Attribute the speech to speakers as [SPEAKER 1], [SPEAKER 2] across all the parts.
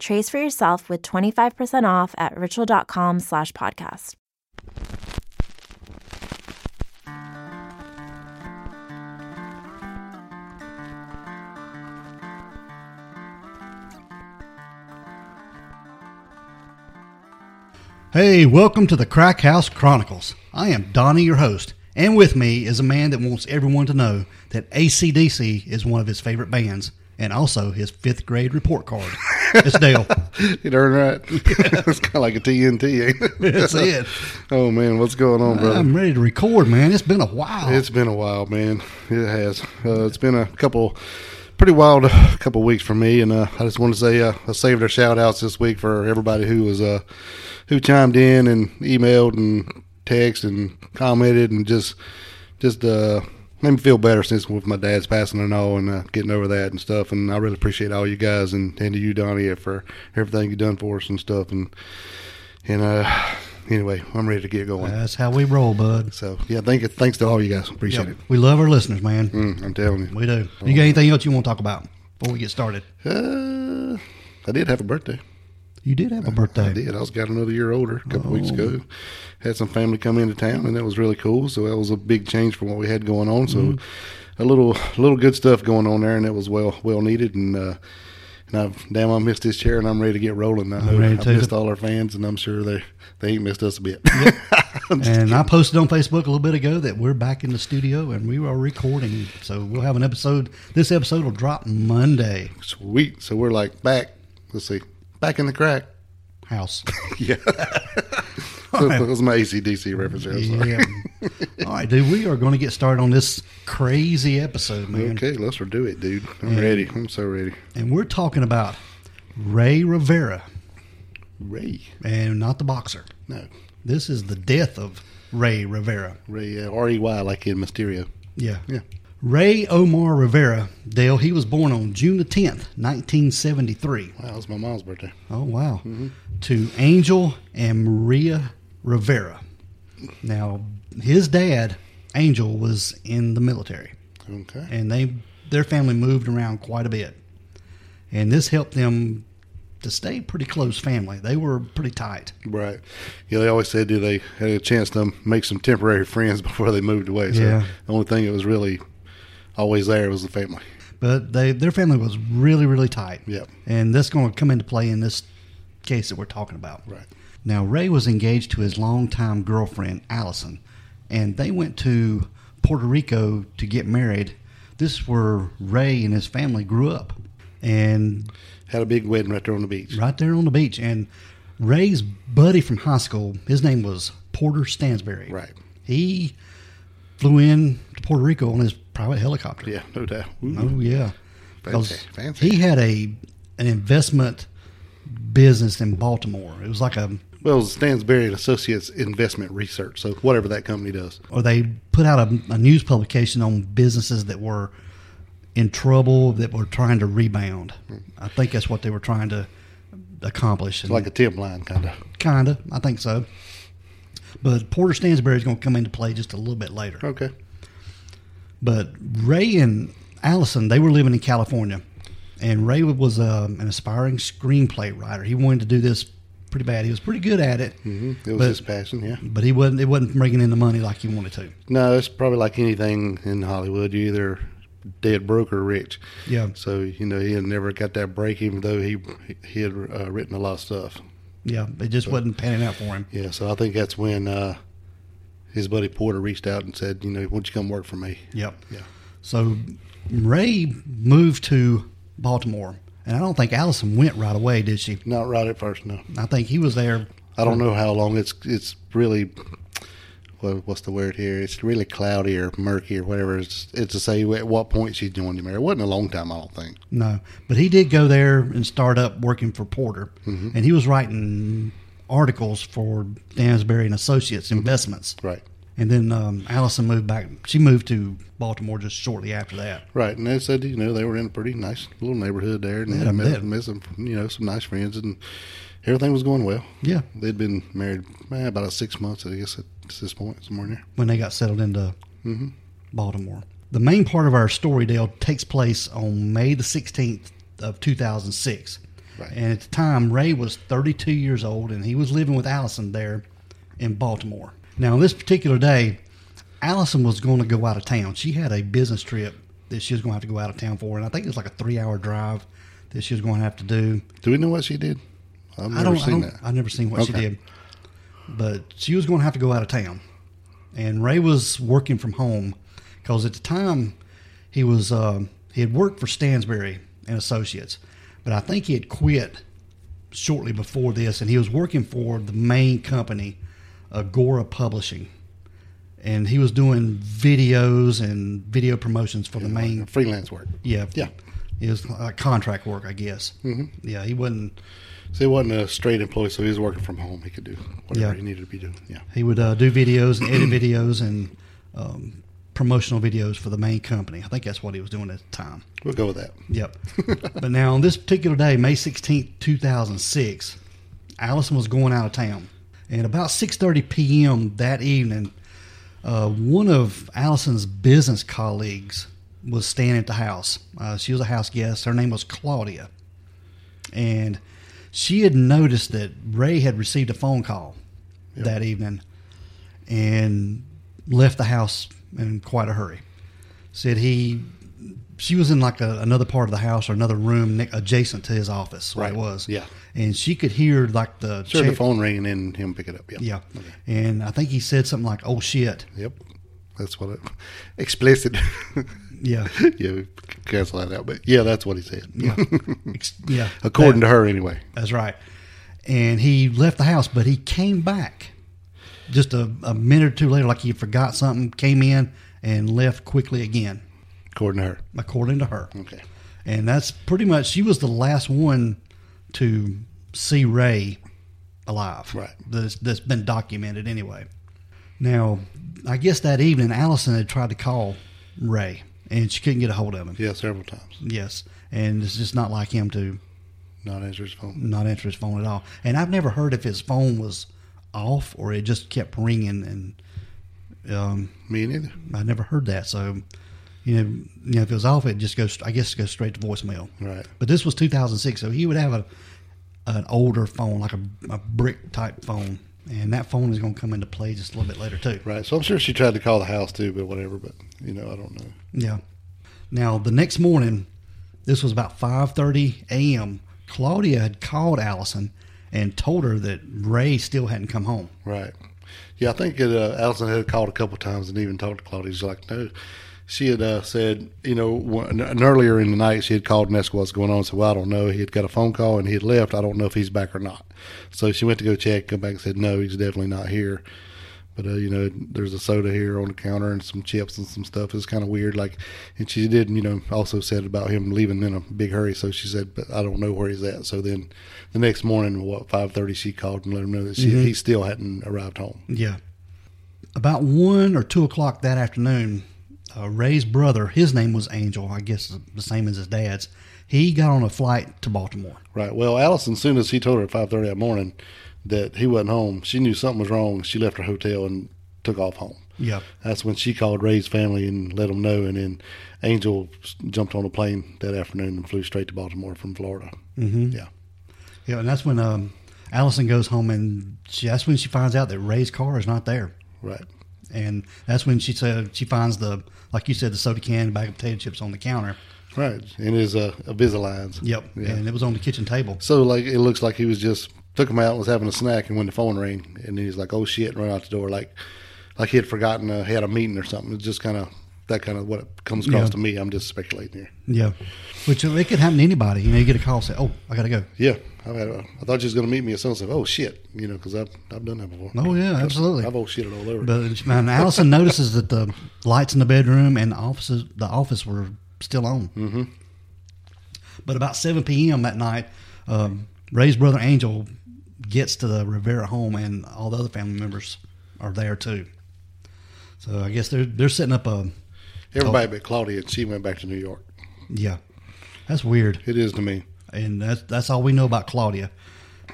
[SPEAKER 1] Trace for yourself with 25% off at ritual.com slash podcast.
[SPEAKER 2] Hey, welcome to the Crack House Chronicles. I am Donnie, your host, and with me is a man that wants everyone to know that ACDC is one of his favorite bands and also his fifth grade report card. It's Dale.
[SPEAKER 3] You darn right. it's kind of like a TNT, ain't it?
[SPEAKER 2] That's it.
[SPEAKER 3] Oh man, what's going on, brother?
[SPEAKER 2] I'm ready to record, man. It's been a while.
[SPEAKER 3] it's been a while, man. It has. Uh, it's been a couple, pretty wild uh, couple weeks for me, and uh, I just want to say uh, I saved our shout outs this week for everybody who was uh, who chimed in and emailed and texted and commented and just just uh, made me feel better since with my dad's passing and all and uh, getting over that and stuff. And I really appreciate all you guys and and to you, Donnie, for everything you've done for us and stuff. And and uh, anyway, I'm ready to get going.
[SPEAKER 2] That's how we roll, bud.
[SPEAKER 3] So yeah, thank thanks to all you guys. Appreciate
[SPEAKER 2] Yep. We love our listeners, man.
[SPEAKER 3] it. Mm, I'm telling you.
[SPEAKER 2] We do. You got anything else you want to talk about before we get started?
[SPEAKER 3] Uh, I did have a birthday.
[SPEAKER 2] You did have a birthday.
[SPEAKER 3] I did. I was got another year older a couple weeks ago. Had some family come into town, and that was really cool. So that was a big change from what we had going on. So a little, little good stuff going on there, and that was well, well needed. And uh, and I've damn, I missed this chair, and I'm ready to get rolling. I know
[SPEAKER 2] ready
[SPEAKER 3] I've
[SPEAKER 2] too.
[SPEAKER 3] missed all our fans, and I'm sure they they ain't missed us a bit.
[SPEAKER 2] And I posted on Facebook a little bit ago that we're back in the studio and we are recording. So we'll have an episode. This episode will drop Monday.
[SPEAKER 3] Sweet. So we're like back. Let's see, back in the crack.
[SPEAKER 2] House.
[SPEAKER 3] Yeah. that was my ACDC reference. there, I'm sorry.
[SPEAKER 2] Yeah. All right, dude. We are going to get started on this crazy episode, man.
[SPEAKER 3] Okay, let's do it, dude. I'm ready. I'm so ready.
[SPEAKER 2] And we're talking about Ray Rivera
[SPEAKER 3] Ray.
[SPEAKER 2] and not the boxer.
[SPEAKER 3] No.
[SPEAKER 2] This is the death of Ray Rivera.
[SPEAKER 3] Ray, uh, R E Y, like in Mysterio.
[SPEAKER 2] Yeah.
[SPEAKER 3] Yeah.
[SPEAKER 2] Ray Omar Rivera, Dale, he was born on June the 10th, 1973.
[SPEAKER 3] Wow, that was my mom's birthday.
[SPEAKER 2] Oh wow! To Angel and Maria Rivera. Now, his dad, Angel, was in the military,
[SPEAKER 3] Okay.
[SPEAKER 2] and they their family moved around quite a bit, and this helped them to stay pretty close family. They were pretty tight.
[SPEAKER 3] Right. Yeah, they always said that they had a chance to make some temporary friends before they moved away. So
[SPEAKER 2] Yeah.
[SPEAKER 3] the only thing that was really always there was the family.
[SPEAKER 2] But they their family was really really tight.
[SPEAKER 3] Yep.
[SPEAKER 2] And that's going to come into play in this case that we're talking about.
[SPEAKER 3] Right.
[SPEAKER 2] Now Ray was engaged to his longtime girlfriend Allison, and they went to Puerto Rico to get married. This is where Ray and his family grew up, and
[SPEAKER 3] Had a big wedding right there on the beach.
[SPEAKER 2] right there on the beach. And Ray's buddy from high school, his name was Porter Stansberry.
[SPEAKER 3] Right.
[SPEAKER 2] He flew in to Puerto Rico on his private helicopter.
[SPEAKER 3] Yeah, no doubt. Ooh.
[SPEAKER 2] Oh yeah,
[SPEAKER 3] Fancy,
[SPEAKER 2] 'Cause
[SPEAKER 3] fancy.
[SPEAKER 2] He had a an investment business in Baltimore. It was like a
[SPEAKER 3] Well, Stansberry and Associates Investment Research. So whatever that company does.
[SPEAKER 2] or they put out a, a news publication on businesses that were in trouble that were trying to rebound.
[SPEAKER 3] Hmm.
[SPEAKER 2] I think that's what they were trying to accomplish. And
[SPEAKER 3] Like a tip line, kind of.
[SPEAKER 2] kind of, I think so. But Porter Stansbury is going to come into play just a little bit later.
[SPEAKER 3] Okay.
[SPEAKER 2] But Ray and Allison, they were living in California, and Ray was um, an aspiring screenplay writer. He wanted to do this pretty bad. He was pretty good at it,
[SPEAKER 3] It was
[SPEAKER 2] But-
[SPEAKER 3] his passion, yeah.
[SPEAKER 2] but he wasn't. It wasn't bringing in the money like he wanted to.
[SPEAKER 3] No, it's probably like anything in Hollywood. You're either dead broke or rich.
[SPEAKER 2] Yeah.
[SPEAKER 3] So you know he had never got that break, even though he he had uh, written a lot of stuff.
[SPEAKER 2] Yeah, it just wasn't panning out for him.
[SPEAKER 3] Yeah. So I think that's when uh, his buddy Porter reached out and said, you know, won't you come work for me?
[SPEAKER 2] Yep.
[SPEAKER 3] Yeah.
[SPEAKER 2] So Ray moved to Baltimore, and I don't think Allison went right away, did she?
[SPEAKER 3] Not right at first, no.
[SPEAKER 2] I think he was there.
[SPEAKER 3] I don't know how long it's it's really. Well, what's the word here? It's really cloudy or murky or whatever. It's, it's to say at what point she joined him. It wasn't a long time, I don't think.
[SPEAKER 2] No, but he did go there and start up working for Porter, and he was writing articles for Dansbury and Associates Investments.
[SPEAKER 3] Right.
[SPEAKER 2] And then um, Allison moved back. She moved to Baltimore just shortly after that.
[SPEAKER 3] Right, and they said you know they were in a pretty nice little neighborhood there, and they
[SPEAKER 2] Yeah, I
[SPEAKER 3] had met,
[SPEAKER 2] bet.
[SPEAKER 3] met some you know some nice friends, and everything was going well.
[SPEAKER 2] Yeah.
[SPEAKER 3] They'd been married eh, about six months, I guess, at this point, somewhere near.
[SPEAKER 2] when they got settled into Baltimore. The main part of our story, Dale, takes place on May the 16th of 2006.
[SPEAKER 3] Right.
[SPEAKER 2] And at the time, Ray was 32 years old and he was living with Allison there in Baltimore. Now, on this particular day, Allison was going to go out of town. She had a business trip that she was going to have to go out of town for, and I think it was like a three hour drive that she was going to have to do.
[SPEAKER 3] Do we know what she did? I've never
[SPEAKER 2] I don't.
[SPEAKER 3] seen
[SPEAKER 2] I don't,
[SPEAKER 3] that.
[SPEAKER 2] I've never seen what she
[SPEAKER 3] Okay.
[SPEAKER 2] did, but she was going to have to go out of town, and Ray was working from home because at the time he was um, he had worked for Stansbury and Associates, but I think he had quit shortly before this, and he was working for the main company, Agora Publishing, and he was doing videos and video promotions for the main
[SPEAKER 3] Freelance work.
[SPEAKER 2] yeah
[SPEAKER 3] Yeah.
[SPEAKER 2] It was like contract work, I guess. Mm-hmm. Yeah, he wasn't.
[SPEAKER 3] So he wasn't a straight employee, so he was working from home. He could do whatever
[SPEAKER 2] Yeah.
[SPEAKER 3] he needed to be doing. Yeah.
[SPEAKER 2] He would uh, do videos and edit videos and um, promotional videos for the main company. I think that's what he was doing at the time.
[SPEAKER 3] We'll go with that.
[SPEAKER 2] Yep. but now, on this particular day, May sixteenth, two 2006, Allison was going out of town. And about 6.30 p.m. that evening, uh, one of Allison's business colleagues was staying at the house. Uh, she was a house guest. Her name was Claudia. And she had noticed that Ray had received a phone call that evening and left the house in quite a hurry. Said he, she was in like a, another part of the house or another room ne- adjacent to his office. Where it
[SPEAKER 3] Right.
[SPEAKER 2] was.
[SPEAKER 3] Yeah.
[SPEAKER 2] And she could hear like the
[SPEAKER 3] Sure, the
[SPEAKER 2] check-
[SPEAKER 3] phone ringing and him pick it up. Yeah.
[SPEAKER 2] Yeah. And I think he said something like, oh shit.
[SPEAKER 3] Yep. That's what it explicit.
[SPEAKER 2] Yeah.
[SPEAKER 3] yeah, we cancel that out. But yeah, that's what he said.
[SPEAKER 2] Yeah. Ex- yeah.
[SPEAKER 3] According
[SPEAKER 2] That-
[SPEAKER 3] to her, anyway.
[SPEAKER 2] That's right. And he left the house, but he came back just a, a minute or two later, like he forgot something, came in and left quickly again,
[SPEAKER 3] According to her.
[SPEAKER 2] according to her.
[SPEAKER 3] Okay.
[SPEAKER 2] And that's pretty much, she was the last one to see Ray alive.
[SPEAKER 3] Right.
[SPEAKER 2] That's, that's been documented anyway. Now, I guess that evening, Allison had tried to call Ray and she couldn't get a hold of him.
[SPEAKER 3] Yeah, several times.
[SPEAKER 2] Yes. And it's just not like him to
[SPEAKER 3] Not answer his phone.
[SPEAKER 2] not answer his phone at all. And I've never heard if his phone was off or it just kept ringing. And um,
[SPEAKER 3] Me neither.
[SPEAKER 2] I never heard that. So, you know, you know, if it was off, it just goes. I guess it goes straight to voicemail.
[SPEAKER 3] Right.
[SPEAKER 2] But this was 2006, so he would have a an older phone, like a, a brick type phone, and that phone is going to come into play just a little bit later too.
[SPEAKER 3] Right. So I'm sure she tried to call the house too, but whatever. But, you know, I don't know.
[SPEAKER 2] Yeah. Now the next morning, this was about five thirty a.m. Claudia had called Allison and told her that Ray still hadn't come home.
[SPEAKER 3] Right. Yeah, I think it, uh, Allison had called a couple times and even talked to Claudia. She's like, no. She had uh, said, you know, one, and earlier in the night, she had called and asked what's going on. So well, I don't know. He had got a phone call and he had left. I don't know if he's back or not. So she went to go check, come back and said, no, he's definitely not here. But, uh, you know, there's a soda here on the counter and some chips and some stuff. It's kind of weird. Like, and she did, you know, also said about him leaving in a big hurry. So she said, but I don't know where he's at. So then the next morning, what, 5.30, she called and let him know that she, he still hadn't arrived home.
[SPEAKER 2] Yeah. About one or two o'clock that afternoon, uh, Ray's brother, his name was Angel, I guess the same as his dad's, he got on a flight to Baltimore.
[SPEAKER 3] Right. Well, Allison, soon as he told her at five thirty that morning that he wasn't home, she knew something was wrong. She left her hotel and took off home.
[SPEAKER 2] Yeah.
[SPEAKER 3] That's when she called Ray's family and let them know. And then Angel s- jumped on a plane that afternoon and flew straight to Baltimore from Florida. Mm-hmm. Yeah.
[SPEAKER 2] Yeah, and that's when um, Allison goes home, and she, that's when she finds out that Ray's car is not there.
[SPEAKER 3] Right.
[SPEAKER 2] And that's when she said she finds the, like you said, the soda can, bag of potato chips on the counter.
[SPEAKER 3] Right. And his uh, Invisaligns.
[SPEAKER 2] Yep.
[SPEAKER 3] Yeah.
[SPEAKER 2] And it was on the kitchen table.
[SPEAKER 3] so like it looks like he was just took him out and was having a snack, and when the phone rang, and he's like, "Oh shit!" and ran out the door like like he had forgotten uh, he had a meeting or something. It's just kind of that kind of what it comes across
[SPEAKER 2] Yeah.
[SPEAKER 3] to me. I'm just speculating here.
[SPEAKER 2] Yeah. Which uh, it could happen to anybody. You know, you get a call, say, oh, I got to go.
[SPEAKER 3] Yeah, I, had a, I thought she was going to meet me at sunset. Oh shit, you know, because I've I've done that before.
[SPEAKER 2] Oh, yeah, absolutely.
[SPEAKER 3] I've old shitted all over.
[SPEAKER 2] But man, Allison notices that the lights in the bedroom and the offices, the office were still on. Mm-hmm. But about seven p.m. that night, um, Ray's brother Angel gets to the Rivera home, and all the other family members are there too. So I guess they're they're setting up a
[SPEAKER 3] Everybody but Claudia, and she went back to New York.
[SPEAKER 2] yeah. That's weird,
[SPEAKER 3] It is to me.
[SPEAKER 2] and that's that's all we know about Claudia.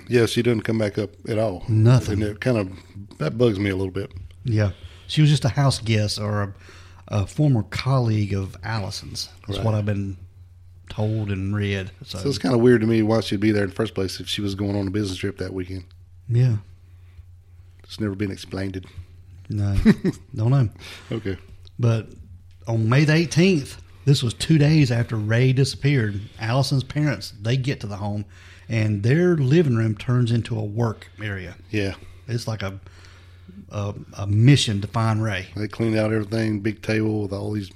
[SPEAKER 3] Yeah, she doesn't come back up at all.
[SPEAKER 2] Nothing.
[SPEAKER 3] And it kind of that bugs me a little bit.
[SPEAKER 2] Yeah, she was just a house guest or a, a former colleague of Allison's. That's what
[SPEAKER 3] Right.
[SPEAKER 2] I've been told and read. So,
[SPEAKER 3] So it's kind of weird to me why she'd be there in the first place if she was going on a business trip that weekend.
[SPEAKER 2] yeah,
[SPEAKER 3] It's never been explained.
[SPEAKER 2] no, don't know.
[SPEAKER 3] Okay.
[SPEAKER 2] But on May the 18th, this was two days after Ray disappeared. Allison's parents they get to the home, and their living room turns into a work area.
[SPEAKER 3] Yeah.
[SPEAKER 2] It's like a a, a mission to find Ray.
[SPEAKER 3] They cleaned out everything, big table with all these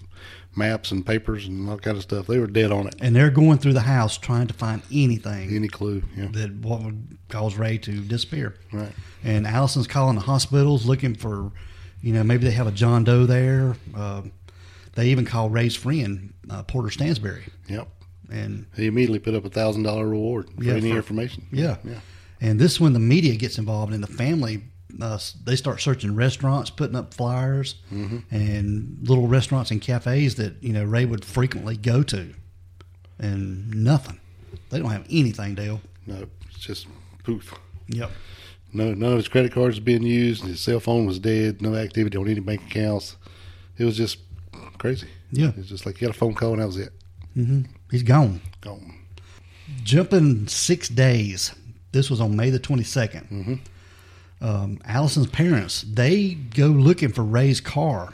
[SPEAKER 3] maps and papers and all kind of stuff. They were dead on it.
[SPEAKER 2] And they're going through the house trying to find anything
[SPEAKER 3] Any clue? Yeah.
[SPEAKER 2] that what would cause Ray to disappear.
[SPEAKER 3] Right.
[SPEAKER 2] And Allison's calling the hospitals looking for, you know, maybe they have a John Doe there. Um they even call Ray's friend uh, Porter Stansberry,
[SPEAKER 3] Yep.
[SPEAKER 2] and
[SPEAKER 3] He immediately put up a thousand dollar reward for
[SPEAKER 2] Yeah,
[SPEAKER 3] any
[SPEAKER 2] for-
[SPEAKER 3] information.
[SPEAKER 2] yeah,
[SPEAKER 3] Yeah.
[SPEAKER 2] And this is when the media gets involved, and the family uh, they start searching restaurants, putting up flyers,
[SPEAKER 3] Mm-hmm.
[SPEAKER 2] and little restaurants and cafes that you know Ray would frequently go to, and nothing. They don't have anything, Dale.
[SPEAKER 3] No, it's just poof.
[SPEAKER 2] Yep.
[SPEAKER 3] No, none of his credit cards was being used. His cell phone was dead. No activity on any bank accounts. It was just crazy.
[SPEAKER 2] Yeah.
[SPEAKER 3] It's just like you got a phone call and that was it.
[SPEAKER 2] He's gone.
[SPEAKER 3] Gone.
[SPEAKER 2] Jumping six days. This was on May the 22nd.
[SPEAKER 3] Mm-hmm.
[SPEAKER 2] Um, Allison's parents, they go looking for Ray's car.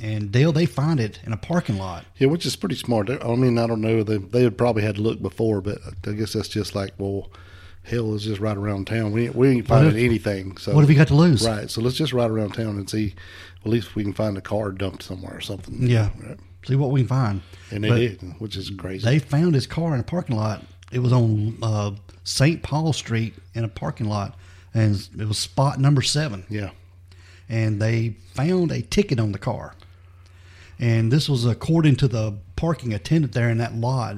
[SPEAKER 2] And Dale, they find it in a parking lot.
[SPEAKER 3] Yeah, which is pretty smart. They- I mean, I don't know. They they had probably had to look before, but I guess that's just like, well, hell is just right around town. We ain't, we ain't finding
[SPEAKER 2] if-
[SPEAKER 3] anything. So
[SPEAKER 2] What have you got to lose?
[SPEAKER 3] Right. So let's just ride around town and see. At least if we can find a car dumped somewhere or something.
[SPEAKER 2] Yeah.
[SPEAKER 3] Right.
[SPEAKER 2] See what we can find.
[SPEAKER 3] And they
[SPEAKER 2] But
[SPEAKER 3] did, which is crazy.
[SPEAKER 2] They found his car in a parking lot. It was on uh, St. Paul Street in a parking lot. And it was spot number seven.
[SPEAKER 3] yeah.
[SPEAKER 2] and they found a ticket on the car. And this was according to the parking attendant there in that lot.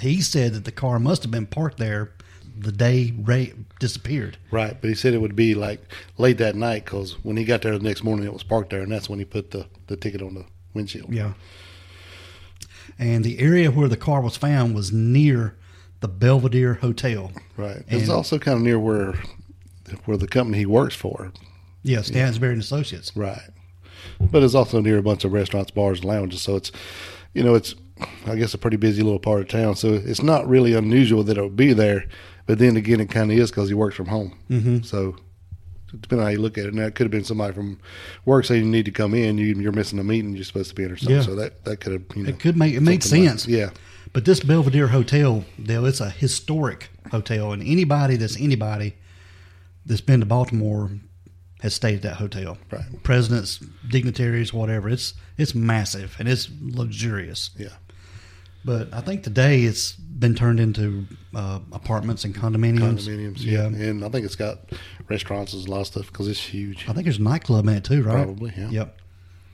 [SPEAKER 2] He said that the car must have been parked there the day Ray disappeared.
[SPEAKER 3] Right. But he said it would be like late that night because when he got there the next morning, it was parked there, and that's when he put the, the ticket on the windshield.
[SPEAKER 2] Yeah. And the area where the car was found was near the Belvedere Hotel.
[SPEAKER 3] Right. It's
[SPEAKER 2] And-
[SPEAKER 3] also kind of near where where the company he works for.
[SPEAKER 2] Yeah, Stansberry and Associates.
[SPEAKER 3] Right. But it's also near a bunch of restaurants, bars, and lounges. So it's, you know, it's, I guess, a pretty busy little part of town. So it's not really unusual that it'll be there. But then again, it kind of is because he works from home. Mm-hmm. So depending on how you look at it, now it could have been somebody from work saying you need to come in. You, you're missing a meeting. You're supposed to be in or something.
[SPEAKER 2] Yeah.
[SPEAKER 3] So that, that could have, you know.
[SPEAKER 2] It could make it made
[SPEAKER 3] something like-
[SPEAKER 2] sense.
[SPEAKER 3] yeah.
[SPEAKER 2] But this Belvedere Hotel, Dale, it's a historic hotel, and anybody that's anybody that's been to Baltimore has stayed at that hotel.
[SPEAKER 3] Right.
[SPEAKER 2] Presidents, dignitaries, whatever. It's it's massive and it's luxurious.
[SPEAKER 3] Yeah.
[SPEAKER 2] But I think today it's been turned into uh, apartments and condominiums.
[SPEAKER 3] Condominiums. Yeah. And I think it's got restaurants and a lot of stuff because it's huge.
[SPEAKER 2] I think there's a nightclub in it too, right?
[SPEAKER 3] Probably, yeah.
[SPEAKER 2] Yep.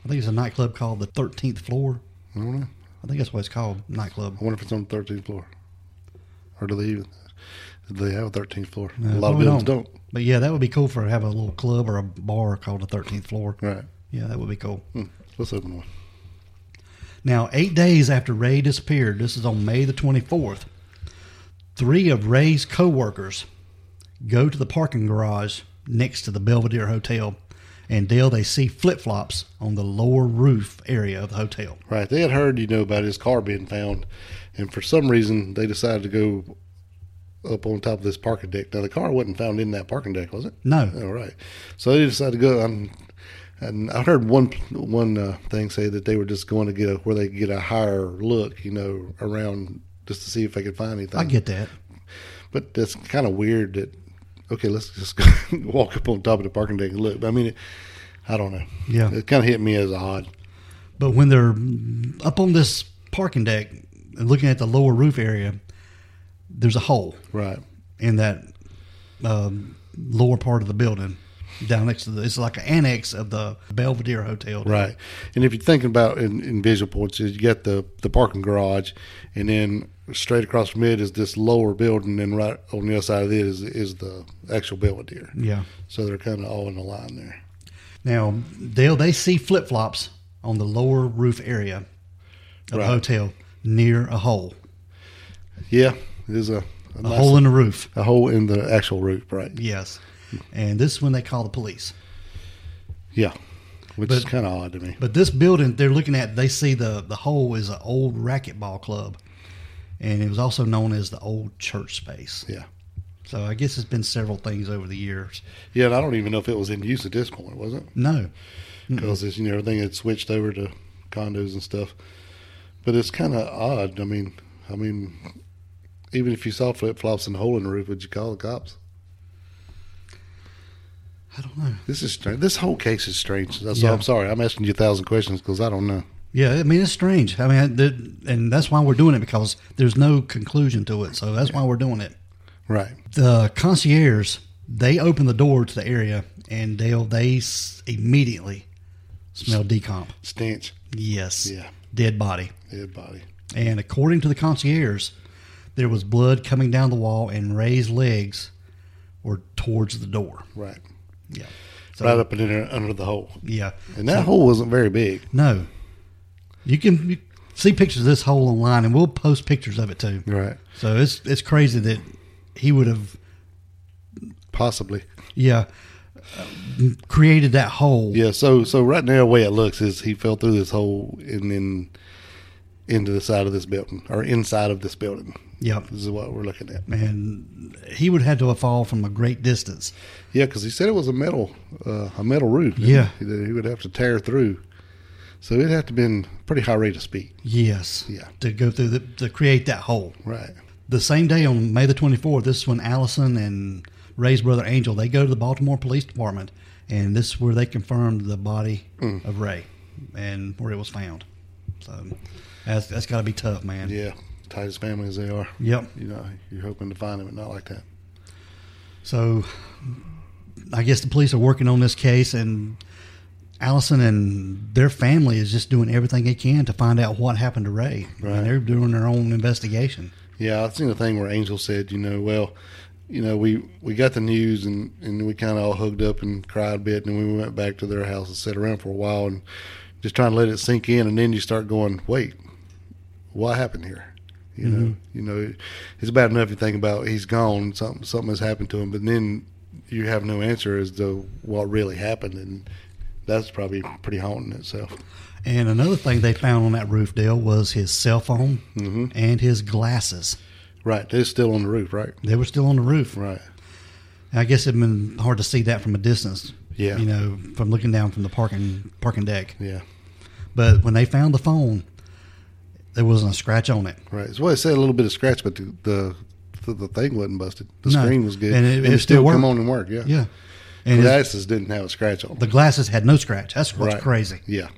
[SPEAKER 2] I think it's a nightclub called the Thirteenth Floor.
[SPEAKER 3] I don't know.
[SPEAKER 2] I think that's what it's called, nightclub.
[SPEAKER 3] I wonder if it's on the thirteenth floor, or do they even do they have a thirteenth floor?
[SPEAKER 2] No,
[SPEAKER 3] a lot of
[SPEAKER 2] probably
[SPEAKER 3] buildings don't.
[SPEAKER 2] But yeah, that would be cool for have a little club or a bar called the Thirteenth Floor.
[SPEAKER 3] Right.
[SPEAKER 2] Yeah, that would be cool.
[SPEAKER 3] Hmm. Let's open one.
[SPEAKER 2] Now, eight days after Ray disappeared, this is on May the twenty fourth. Three of Ray's coworkers go to the parking garage next to the Belvedere Hotel, and Dale they see flip flops on the lower roof area of the hotel.
[SPEAKER 3] Right. They had heard you know about his car being found, and for some reason they decided to go up on top of this parking deck. Now the car wasn't found in that parking deck, was it?
[SPEAKER 2] No,
[SPEAKER 3] All right. So they decided to go. And, and I heard one one uh, thing say that they were just going to get a, where they could get a higher look, you know, around just to see if they could find anything.
[SPEAKER 2] I get that.
[SPEAKER 3] But that's kind of weird that, okay, let's just walk up on top of the parking deck and look. I mean, it, I don't know.
[SPEAKER 2] Yeah.
[SPEAKER 3] It kind of hit me as odd.
[SPEAKER 2] But when they're up on this parking deck and looking at the lower roof area, there's a hole.
[SPEAKER 3] Right.
[SPEAKER 2] in that um, lower part of the building down next to the it's like an annex of the belvedere hotel
[SPEAKER 3] Right. And if you're thinking about in, in visual points, is you got the, the parking garage and then straight across from it is this lower building, and right on the other side of it is is the actual Belvedere.
[SPEAKER 2] Yeah.
[SPEAKER 3] So they're kind of all in a line there.
[SPEAKER 2] Now, Dale, they see flip flops on the lower roof area of the
[SPEAKER 3] Right.
[SPEAKER 2] hotel near a hole,
[SPEAKER 3] Yeah, it is a a,
[SPEAKER 2] a
[SPEAKER 3] nice-
[SPEAKER 2] hole in the roof.
[SPEAKER 3] a hole in the actual roof, right?
[SPEAKER 2] Yes. And this is when they call the police.
[SPEAKER 3] Yeah, which is
[SPEAKER 2] But-
[SPEAKER 3] kind of odd to me.
[SPEAKER 2] But this building they're looking at, they see the, the hole is an old racquetball club. And it was also known as the old church space.
[SPEAKER 3] Yeah,
[SPEAKER 2] So I guess it's been several things over the years.
[SPEAKER 3] yeah, and I don't even know if it was in use at this point, was it?
[SPEAKER 2] No.
[SPEAKER 3] Because you know everything had switched over to condos and stuff. But it's kind of odd. I mean, I mean, even if you saw flip flops and a hole in the roof, would you call the cops?
[SPEAKER 2] I don't know.
[SPEAKER 3] This is strange. This whole case is strange. That's
[SPEAKER 2] Yeah.
[SPEAKER 3] why I'm sorry. I'm asking you a thousand questions because I don't know.
[SPEAKER 2] Yeah, I mean it's strange. I mean, I- the, and that's why we're doing it because there's no conclusion to it. So that's why we're doing it.
[SPEAKER 3] Right.
[SPEAKER 2] the concierge they open the door to the area and Dale they s- immediately smell decomp.
[SPEAKER 3] Stench.
[SPEAKER 2] Yes,
[SPEAKER 3] Yeah.
[SPEAKER 2] dead body.
[SPEAKER 3] Dead body.
[SPEAKER 2] And according to the concierge, there was blood coming down the wall and Ray's legs were towards the door.
[SPEAKER 3] Right.
[SPEAKER 2] Yeah,
[SPEAKER 3] right up in there under the hole.
[SPEAKER 2] yeah.
[SPEAKER 3] And that hole wasn't very big.
[SPEAKER 2] No, you can you see pictures of this hole online, and we'll post pictures of it too.
[SPEAKER 3] Right.
[SPEAKER 2] So it's it's crazy that he would have
[SPEAKER 3] Possibly.
[SPEAKER 2] yeah uh, created that hole.
[SPEAKER 3] Yeah. So so right now, the way it looks is he fell through this hole and then into the side of this building or inside of this building.
[SPEAKER 2] Yep.
[SPEAKER 3] This is what we're looking at.
[SPEAKER 2] and he would have had to fall from a great distance.
[SPEAKER 3] Yeah, because he said it was a metal uh, a metal roof. didn't
[SPEAKER 2] Yeah.
[SPEAKER 3] he? that he would have to tear through. So it'd have to been pretty high rate of speed.
[SPEAKER 2] Yes.
[SPEAKER 3] Yeah.
[SPEAKER 2] To go through the, to create that hole.
[SPEAKER 3] Right.
[SPEAKER 2] The same day on May the 24th, this is when Allison and Ray's brother Angel, they go to the Baltimore Police Department and this is where they confirmed the body
[SPEAKER 3] Mm.
[SPEAKER 2] of Ray and where it was found. So that's, that's got to be tough, man.
[SPEAKER 3] Yeah. Tight as family as they are.
[SPEAKER 2] Yep.
[SPEAKER 3] You know, you're hoping to find him, but not like that.
[SPEAKER 2] So I guess the police are working on this case and Allison and their family is just doing everything they can to find out what happened to Ray.
[SPEAKER 3] Right.
[SPEAKER 2] And they're doing their own investigation.
[SPEAKER 3] Yeah, I've seen a thing where Angel said, you know, well, you know, we, we got the news and, and we kind of all hugged up and cried a bit. And then we went back to their house and sat around for a while and just trying to let it sink in. And then you start going, wait, what happened here? You know, you know, it's bad enough you think about he's gone, something something has happened to him, but then you have no answer as to what really happened, and that's probably pretty haunting itself.
[SPEAKER 2] And another thing they found on that roof, Dale, was his cell phone
[SPEAKER 3] Mm-hmm.
[SPEAKER 2] and his glasses.
[SPEAKER 3] Right, it's still on the roof, right?
[SPEAKER 2] They were still on the roof.
[SPEAKER 3] Right.
[SPEAKER 2] I guess it'd been hard to see that from a distance.
[SPEAKER 3] Yeah.
[SPEAKER 2] You know, from looking down from the parking parking deck.
[SPEAKER 3] Yeah.
[SPEAKER 2] But when they found the phone, there wasn't a scratch on it.
[SPEAKER 3] Right. So well, it said a little bit of scratch, but the the, the, the thing wasn't busted. The
[SPEAKER 2] No.
[SPEAKER 3] screen was good,
[SPEAKER 2] And it- it still
[SPEAKER 3] still come
[SPEAKER 2] worked.
[SPEAKER 3] on and work. Yeah.
[SPEAKER 2] Yeah. And
[SPEAKER 3] The
[SPEAKER 2] his-
[SPEAKER 3] glasses didn't have a scratch on.
[SPEAKER 2] The
[SPEAKER 3] them.
[SPEAKER 2] glasses had no scratch. That's what's
[SPEAKER 3] Right.
[SPEAKER 2] crazy.
[SPEAKER 3] Yeah.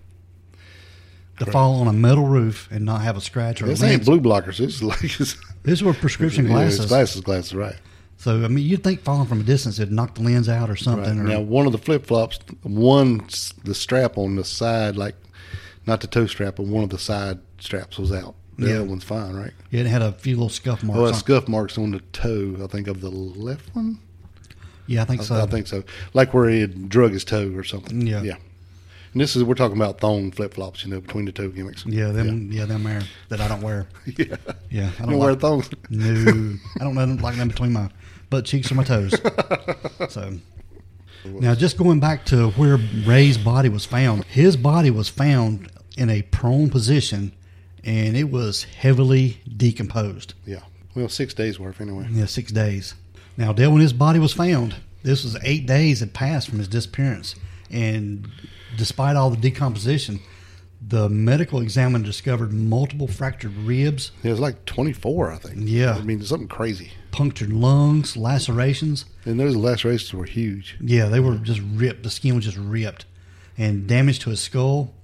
[SPEAKER 2] To fall on a metal roof and not have a scratch or a
[SPEAKER 3] This
[SPEAKER 2] lens.
[SPEAKER 3] ain't blue blockers. This is like it's,
[SPEAKER 2] These were prescription
[SPEAKER 3] yeah, it's
[SPEAKER 2] glasses.
[SPEAKER 3] glasses, glasses, right?
[SPEAKER 2] So I mean, you'd think falling from a distance it'd knock the lens out or
[SPEAKER 3] Right.
[SPEAKER 2] something. Or,
[SPEAKER 3] Now one of the flip flops, one s- the strap on the side, like not the toe strap, but one of the side straps was out. The
[SPEAKER 2] Yeah.
[SPEAKER 3] other one's fine, right?
[SPEAKER 2] It had a few little scuff marks.
[SPEAKER 3] Oh,
[SPEAKER 2] on
[SPEAKER 3] it scuff marks on the toe. I think of the left one.
[SPEAKER 2] Yeah, I think so.
[SPEAKER 3] I think so. Like where he had drug his toe or something.
[SPEAKER 2] Yeah.
[SPEAKER 3] Yeah. And this is we're talking about thong flip flops, you know, between the toe gimmicks.
[SPEAKER 2] Yeah, them. Yeah, them there that I don't wear.
[SPEAKER 3] Yeah.
[SPEAKER 2] Yeah, I
[SPEAKER 3] You don't
[SPEAKER 2] don't
[SPEAKER 3] wear
[SPEAKER 2] like,
[SPEAKER 3] thongs.
[SPEAKER 2] No, I don't know, like them between my butt cheeks or my toes. So now, just going back to where Ray's body was found, his body was found in a prone position, and it was heavily decomposed.
[SPEAKER 3] Yeah. Well, six days worth anyway.
[SPEAKER 2] Yeah, six days. Now, Dale, when his body was found, this was eight days had passed from his disappearance, and despite all the decomposition, the medical examiner discovered multiple fractured ribs,
[SPEAKER 3] It was like 24, I think.
[SPEAKER 2] Yeah.
[SPEAKER 3] I mean, something crazy.
[SPEAKER 2] punctured lungs, lacerations.
[SPEAKER 3] And those lacerations were huge.
[SPEAKER 2] Yeah, they were just ripped. The skin was just ripped, and damage to his skull,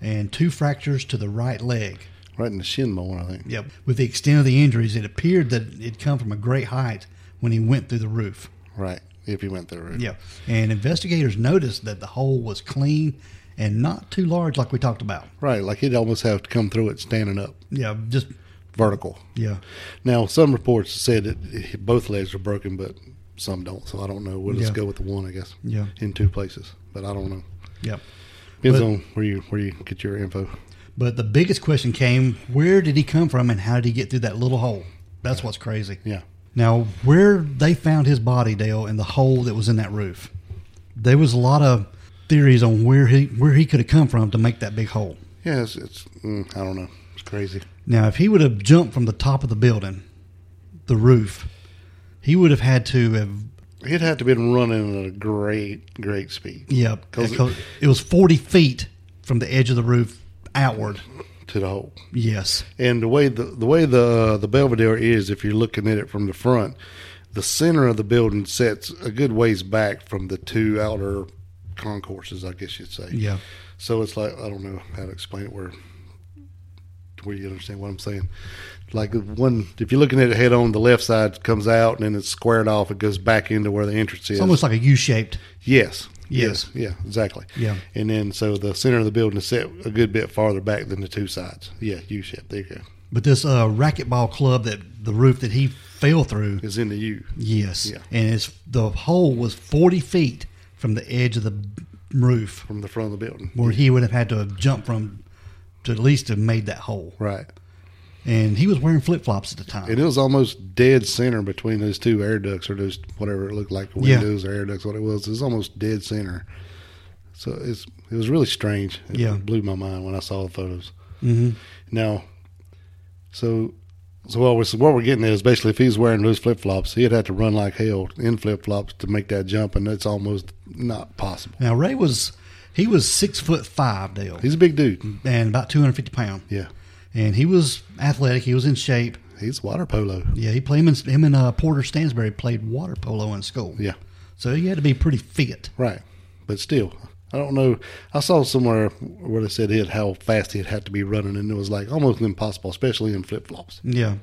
[SPEAKER 2] and two fractures to the right leg.
[SPEAKER 3] Right in the shin bone, I think.
[SPEAKER 2] Yep. With the extent of the injuries, it appeared that it come from a great height when he went through the roof.
[SPEAKER 3] Right. If he went through it.
[SPEAKER 2] Yeah. And investigators noticed that the hole was clean and not too large, like we talked about.
[SPEAKER 3] Right. Like he'd almost have to come through it standing up.
[SPEAKER 2] Yeah, just
[SPEAKER 3] vertical.
[SPEAKER 2] Yeah.
[SPEAKER 3] Now, some reports said that both legs are broken, but some don't. So I don't know. We'll just
[SPEAKER 2] Yeah.
[SPEAKER 3] go with the one, I guess.
[SPEAKER 2] Yeah.
[SPEAKER 3] In two places, but I don't know.
[SPEAKER 2] Yep.
[SPEAKER 3] Depends
[SPEAKER 2] But-
[SPEAKER 3] on where you where you get your info.
[SPEAKER 2] But the biggest question came where did he come from and how did he get through that little hole? That's what's crazy.
[SPEAKER 3] Yeah.
[SPEAKER 2] Now, where they found his body, Dale, and the hole that was in that roof, there was a lot of theories on where he where he could have come from to make that big hole.
[SPEAKER 3] Yeah. It's, it's mm, I don't know. It's crazy.
[SPEAKER 2] Now, if he would have jumped from the top of the building, the roof, he would have had to have.
[SPEAKER 3] He'd have to been running at a great great speed.
[SPEAKER 2] Yeah,
[SPEAKER 3] 'Cause it-
[SPEAKER 2] because it was forty feet from the edge of the roof outward.
[SPEAKER 3] To the hole.
[SPEAKER 2] Yes.
[SPEAKER 3] And the way the the way the the Belvedere is, if you're looking at it from the front, the center of the building sets a good ways back from the two outer concourses, I guess you'd say.
[SPEAKER 2] Yeah.
[SPEAKER 3] So it's like I don't know how to explain it where where you understand what I'm saying. Like the one, if you're looking at it head on, the left side comes out and then it's squared off. It goes back into where the entrance is.
[SPEAKER 2] It's almost like a U shaped.
[SPEAKER 3] Yes.
[SPEAKER 2] Yes.
[SPEAKER 3] Yeah, exactly.
[SPEAKER 2] Yeah.
[SPEAKER 3] And then so the center of the building is set a good bit farther back than the two sides. Yeah, U shape. There you go.
[SPEAKER 2] But this uh, racquetball club that the roof that he fell through,
[SPEAKER 3] It's in the U.
[SPEAKER 2] yes,
[SPEAKER 3] Yeah.
[SPEAKER 2] and it's the hole was forty feet from the edge of the roof
[SPEAKER 3] from the front of the building.
[SPEAKER 2] where he would have had to have jumped from to at least have made that hole.
[SPEAKER 3] Right.
[SPEAKER 2] And he was wearing flip flops at the time.
[SPEAKER 3] And it was almost dead center between those two air ducts or those whatever it looked like
[SPEAKER 2] Yeah.
[SPEAKER 3] windows or air ducts, what it was. It was almost dead center. So it's it was really strange. It
[SPEAKER 2] Yeah.
[SPEAKER 3] blew my mind when I saw the photos. Mm-hmm. Now, so so what we're what we're getting at is basically if he's wearing those flip flops, he'd have to run like hell in flip flops to make that jump, and that's almost not possible.
[SPEAKER 2] Now Ray was he was six foot five, Dale,
[SPEAKER 3] He's a big dude.
[SPEAKER 2] and about two hundred fifty pound.
[SPEAKER 3] Yeah,
[SPEAKER 2] And he was athletic. He was in shape.
[SPEAKER 3] he's water polo.
[SPEAKER 2] Yeah, he played him and, him and uh, Porter Stansberry played water polo in school.
[SPEAKER 3] Yeah.
[SPEAKER 2] so he had to be pretty fit.
[SPEAKER 3] Right. But still, I don't know. I saw somewhere where they said it how fast he'd have to be running, and it was like almost impossible, especially in flip flops.
[SPEAKER 2] Yeah.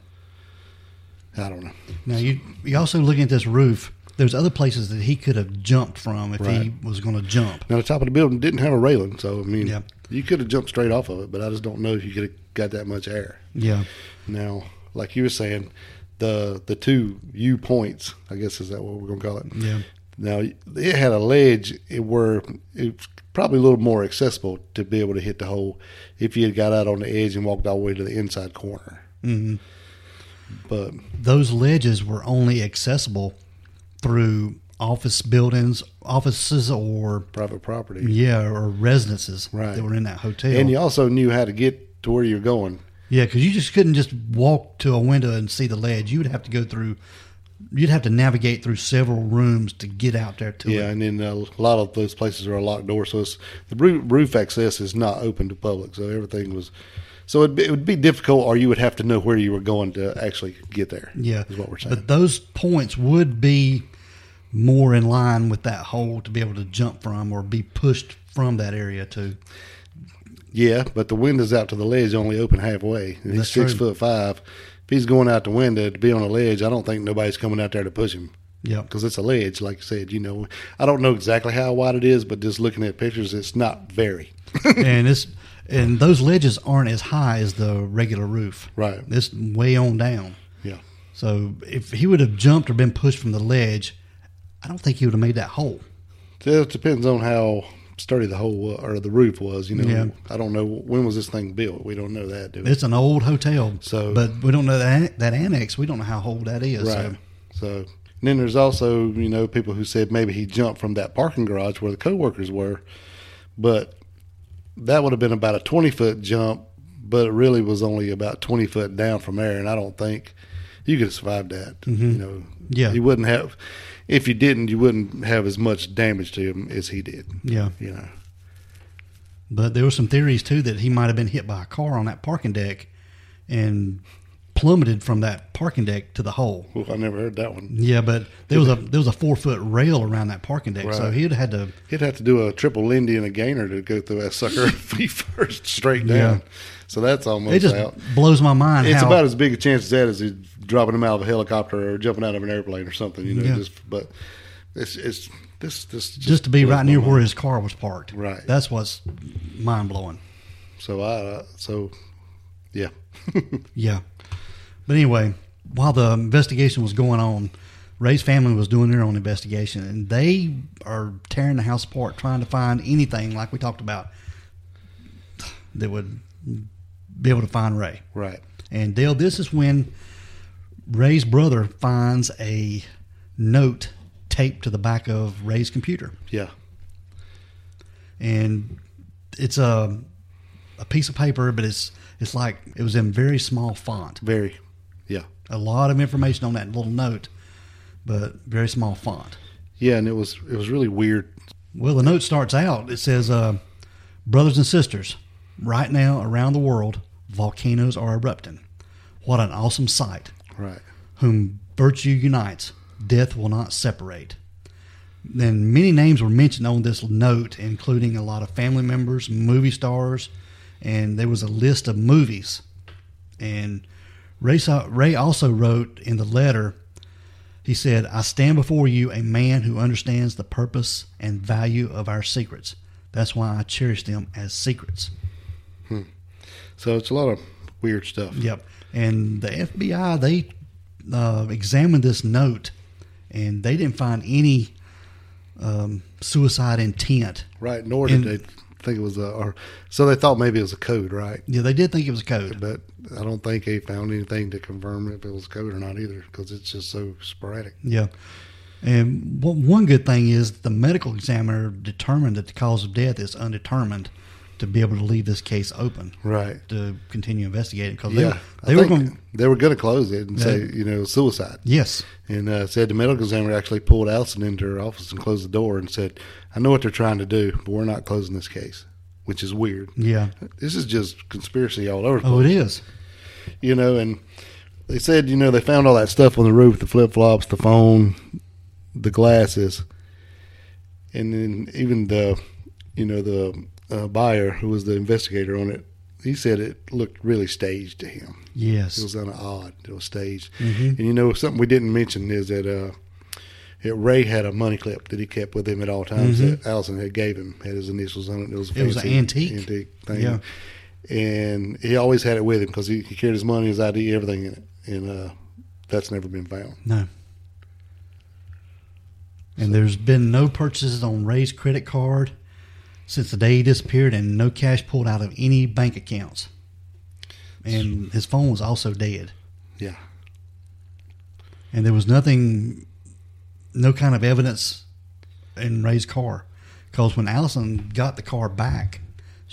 [SPEAKER 3] I don't know.
[SPEAKER 2] Now you you also looking at this roof. There's other places that he could have jumped from if he
[SPEAKER 3] Right.
[SPEAKER 2] was going to jump.
[SPEAKER 3] Now, the top of the building didn't have a railing, so I mean,
[SPEAKER 2] Yeah.
[SPEAKER 3] you could have jumped straight off of it, but I just don't know if you could have got that much air.
[SPEAKER 2] Yeah,
[SPEAKER 3] Now, like you were saying, the the two U points, I guess is that what we're gonna call it.
[SPEAKER 2] Yeah.
[SPEAKER 3] Now it had a ledge it were it's probably a little more accessible to be able to hit the hole if you had got out on the edge and walked all the way to the inside corner. Mm-hmm. But
[SPEAKER 2] those ledges were only accessible through office buildings, offices, or
[SPEAKER 3] private property,
[SPEAKER 2] yeah, or residences
[SPEAKER 3] Right.
[SPEAKER 2] that were in that hotel.
[SPEAKER 3] and you also knew how to get to where you're going.
[SPEAKER 2] yeah, because you just couldn't just walk to a window and see the ledge. You would have to go through. You'd have to navigate through several rooms to get out there to
[SPEAKER 3] Yeah,
[SPEAKER 2] it.
[SPEAKER 3] and then uh, a lot of those places are a locked door, so it's, the roof, roof access is not open to public. So everything was, so it'd be, it would be difficult, or you would have to know where you were going to actually get there.
[SPEAKER 2] Yeah,
[SPEAKER 3] is what we're saying.
[SPEAKER 2] But those points would be more in line with that hole to be able to jump from or be pushed from that area to.
[SPEAKER 3] yeah, but the windows out to the ledge only open halfway. And he's
[SPEAKER 2] That's
[SPEAKER 3] six
[SPEAKER 2] true.
[SPEAKER 3] foot five. If he's going out the window to be on a ledge, I don't think nobody's coming out there to push him
[SPEAKER 2] Yeah,
[SPEAKER 3] because it's a ledge, like you said. You know, I don't know exactly how wide it is, but just looking at pictures, it's not very.
[SPEAKER 2] and it's and those ledges aren't as high as the regular roof.
[SPEAKER 3] Right.
[SPEAKER 2] it's way on down.
[SPEAKER 3] Yeah.
[SPEAKER 2] So if he would have jumped or been pushed from the ledge, I don't think he would have made that hole.
[SPEAKER 3] So It depends on how sturdy the hole wa- or the roof was. You know,
[SPEAKER 2] Yeah.
[SPEAKER 3] I don't know when was this thing built. We don't know that, do we?
[SPEAKER 2] It's an old hotel,
[SPEAKER 3] So-
[SPEAKER 2] but we don't know that that annex. We don't know how old that is.
[SPEAKER 3] right. So, and then there's also you know people who said maybe he jumped from that parking garage where the coworkers were, but that would have been about a 20 foot jump, but it really was only about 20 foot down from there, and I don't think you could have survived that. You know,
[SPEAKER 2] Mm-hmm. Yeah.
[SPEAKER 3] you wouldn't have. If you didn't, you wouldn't have as much damage to him as he did.
[SPEAKER 2] Yeah.
[SPEAKER 3] You know.
[SPEAKER 2] But there were some theories too that he might have been hit by a car on that parking deck and plummeted from that parking deck to the hole.
[SPEAKER 3] Oof, I never heard that one.
[SPEAKER 2] Yeah, but there was a there was a four foot rail around that parking deck, so
[SPEAKER 3] Right.
[SPEAKER 2] he'd had to.
[SPEAKER 3] He'd have to do a triple Lindy and a gainer to go through that sucker feet first straight down.
[SPEAKER 2] Yeah.
[SPEAKER 3] So that's almost
[SPEAKER 2] It just
[SPEAKER 3] out.
[SPEAKER 2] blows my mind.
[SPEAKER 3] It's
[SPEAKER 2] how,
[SPEAKER 3] about as big a chance as that as he's dropping him out of a helicopter or jumping out of an airplane or something, you know.
[SPEAKER 2] Yeah.
[SPEAKER 3] Just but it's it's this this
[SPEAKER 2] just to be
[SPEAKER 3] blows
[SPEAKER 2] right
[SPEAKER 3] my
[SPEAKER 2] near
[SPEAKER 3] mind.
[SPEAKER 2] where his car was parked.
[SPEAKER 3] Right.
[SPEAKER 2] that's what's mind blowing.
[SPEAKER 3] So I uh, so yeah.
[SPEAKER 2] Yeah. But anyway, while the investigation was going on, Ray's family was doing their own investigation, and they are tearing the house apart, trying to find anything like we talked about that would be able to find Ray.
[SPEAKER 3] Right.
[SPEAKER 2] And Dale, this is when Ray's brother finds a note taped to the back of Ray's computer,
[SPEAKER 3] Yeah.
[SPEAKER 2] and it's a a piece of paper, but it's it's like it was in very small font.
[SPEAKER 3] Very. Yeah.
[SPEAKER 2] a lot of information on that little note, but very small font.
[SPEAKER 3] Yeah, and it was it was really weird.
[SPEAKER 2] Well, the note starts out. It says, uh, "Brothers and sisters, right now around the world, volcanoes are erupting. What an awesome sight!
[SPEAKER 3] Right.
[SPEAKER 2] Whom virtue unites, death will not separate." Then many names were mentioned on this note, including a lot of family members, movie stars, and there was a list of movies. And Ray, saw, Ray also wrote in the letter, he said, I stand before you a man who understands the purpose and value of our secrets. That's why I cherish them as secrets.
[SPEAKER 3] So it's a lot of weird stuff.
[SPEAKER 2] Yep. And the FBI, they uh, examined this note and they didn't find any um, suicide intent.
[SPEAKER 3] Right. Nor
[SPEAKER 2] And-
[SPEAKER 3] did they think it was a or so they thought maybe it was a code, right?
[SPEAKER 2] Yeah, they did think it was a code.
[SPEAKER 3] But I don't think they found anything to confirm if it was a code or not either because it's just so sporadic.
[SPEAKER 2] Yeah. And one one good thing is the medical examiner determined that the cause of death is undetermined to be able to leave this case open.
[SPEAKER 3] Right.
[SPEAKER 2] to continue investigating because
[SPEAKER 3] Yeah.
[SPEAKER 2] they,
[SPEAKER 3] I
[SPEAKER 2] were
[SPEAKER 3] think
[SPEAKER 2] going.
[SPEAKER 3] they were going to close it and say,
[SPEAKER 2] They-
[SPEAKER 3] you know, suicide.
[SPEAKER 2] Yes,
[SPEAKER 3] And uh, said the medical examiner actually pulled Allison into her office and closed the door and said, I know what they're trying to do, but we're not closing this case, which is weird.
[SPEAKER 2] yeah.
[SPEAKER 3] This is just conspiracy all over the place.
[SPEAKER 2] Oh, it is.
[SPEAKER 3] you know, and they said, you know, they found all that stuff on the roof, the flip flops, the phone, the glasses, and then even the, you know, the uh, buyer who was the investigator on it, he said it looked really staged to him. It
[SPEAKER 2] Yes,
[SPEAKER 3] was kind of odd. It was staged.
[SPEAKER 2] Mm-hmm.
[SPEAKER 3] And you know, something we didn't mention is that uh, that Ray had a money clip that he kept with him at all times that Allison had gave him, had his initials on it. It was, a
[SPEAKER 2] Mm-hmm. It was
[SPEAKER 3] fancy
[SPEAKER 2] an antique.
[SPEAKER 3] antique thing.
[SPEAKER 2] Yeah.
[SPEAKER 3] And he always had it with him because he, he carried his money, his ID, everything in it. And uh, that's never been found.
[SPEAKER 2] no. And there's been no purchases on Ray's credit card since the day he disappeared, and no cash pulled out of any bank accounts. And his phone was also dead,
[SPEAKER 3] Yeah.
[SPEAKER 2] and there was nothing, no kind of evidence in Ray's car, because when Allison got the car back.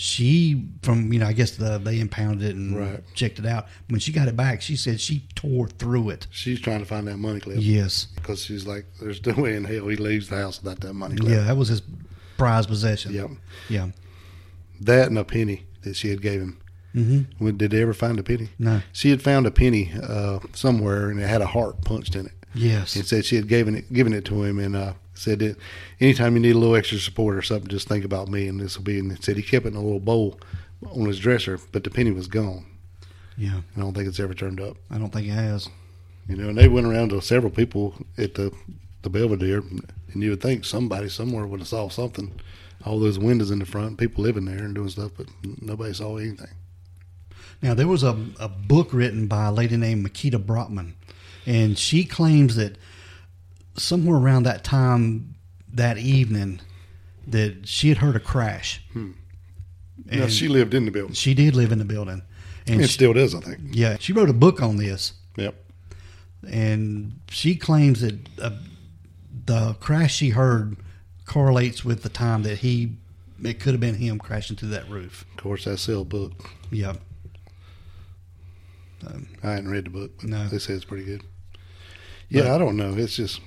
[SPEAKER 2] She from you know I guess the, they impounded it and
[SPEAKER 3] Right.
[SPEAKER 2] checked it out. When she got it back, she said she tore through it.
[SPEAKER 3] She's trying to find that money clip
[SPEAKER 2] Yes.
[SPEAKER 3] because she's like, there's no way in hell he leaves the house without that money clip.
[SPEAKER 2] Yeah, that was his prized possession.
[SPEAKER 3] Yep.
[SPEAKER 2] Yeah.
[SPEAKER 3] That and a penny that she had gave him. Mm-hmm. When, did they ever find a penny?
[SPEAKER 2] No.
[SPEAKER 3] She had found a penny uh, somewhere, and it had a heart punched in it. And
[SPEAKER 2] Yes.
[SPEAKER 3] said she had given it given it to him, and uh, said that anytime you need a little extra support or something, just think about me, and this will be. And it said he kept it in a little bowl on his dresser, but the penny was gone.
[SPEAKER 2] Yeah.
[SPEAKER 3] I don't think it's ever turned up.
[SPEAKER 2] I don't think it has.
[SPEAKER 3] You know, and they went around to several people at the the Belvedere, and you would think somebody somewhere would have saw something. All those windows in the front, people living there and doing stuff, but nobody saw anything.
[SPEAKER 2] Now there was a, a book written by a lady named Makita Brotman, and she claims that somewhere around that time that evening that she had heard a crash.
[SPEAKER 3] now, she lived in the building.
[SPEAKER 2] She did live in the building. And
[SPEAKER 3] It
[SPEAKER 2] she,
[SPEAKER 3] still does, I think.
[SPEAKER 2] yeah, she wrote a book on this.
[SPEAKER 3] Yep.
[SPEAKER 2] and she claims that uh, the crash she heard correlates with the time that he it could have been him crashing through that roof.
[SPEAKER 3] Of course, I sell book.
[SPEAKER 2] Yeah,
[SPEAKER 3] I hadn't read the book, but
[SPEAKER 2] No.
[SPEAKER 3] they say it's pretty good. Yeah, I don't know. It's just,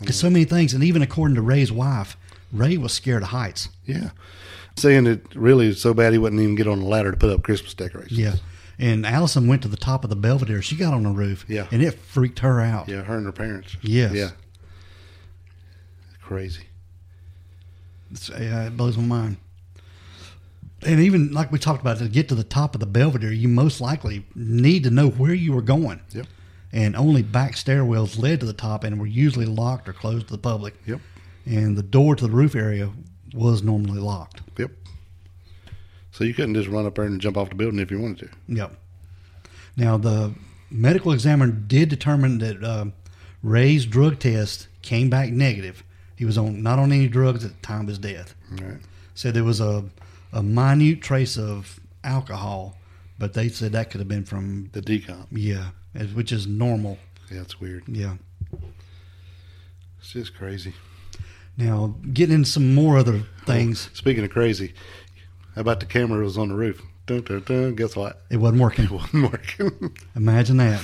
[SPEAKER 2] There's so many things, and even according to Ray's wife, Ray was scared of heights.
[SPEAKER 3] yeah. Saying it really so bad he wouldn't even get on the ladder to put up Christmas decorations.
[SPEAKER 2] Yeah, and Allison went to the top of the Belvedere. She got on the roof.
[SPEAKER 3] Yeah.
[SPEAKER 2] and it freaked her out.
[SPEAKER 3] Yeah, her and her parents.
[SPEAKER 2] Yes.
[SPEAKER 3] Yeah. Crazy.
[SPEAKER 2] It's- yeah, it blows my mind. And even like we talked about, to get to the top of the Belvedere, you most likely need to know where you were going.
[SPEAKER 3] Yep.
[SPEAKER 2] and only back stairwells led to the top and were usually locked or closed to the public.
[SPEAKER 3] Yep.
[SPEAKER 2] And the door to the roof area was normally locked.
[SPEAKER 3] Yep. So you couldn't just run up there and jump off the building if you wanted to.
[SPEAKER 2] Yep. Now the medical examiner did determine that um, Ray's drug test came back negative. He was on not on any drugs at the time of his death.
[SPEAKER 3] Right.
[SPEAKER 2] Said there was a, a minute trace of alcohol, but they said that could have been from
[SPEAKER 3] The decomp.
[SPEAKER 2] yeah, as- which is normal.
[SPEAKER 3] Yeah, it's weird.
[SPEAKER 2] Yeah.
[SPEAKER 3] It's just crazy.
[SPEAKER 2] Now getting into some more other things.
[SPEAKER 3] Speaking of crazy, how about the camera that was on the roof? Dun, dun, dun. Guess what?
[SPEAKER 2] It wasn't working.
[SPEAKER 3] It wasn't working.
[SPEAKER 2] Imagine that.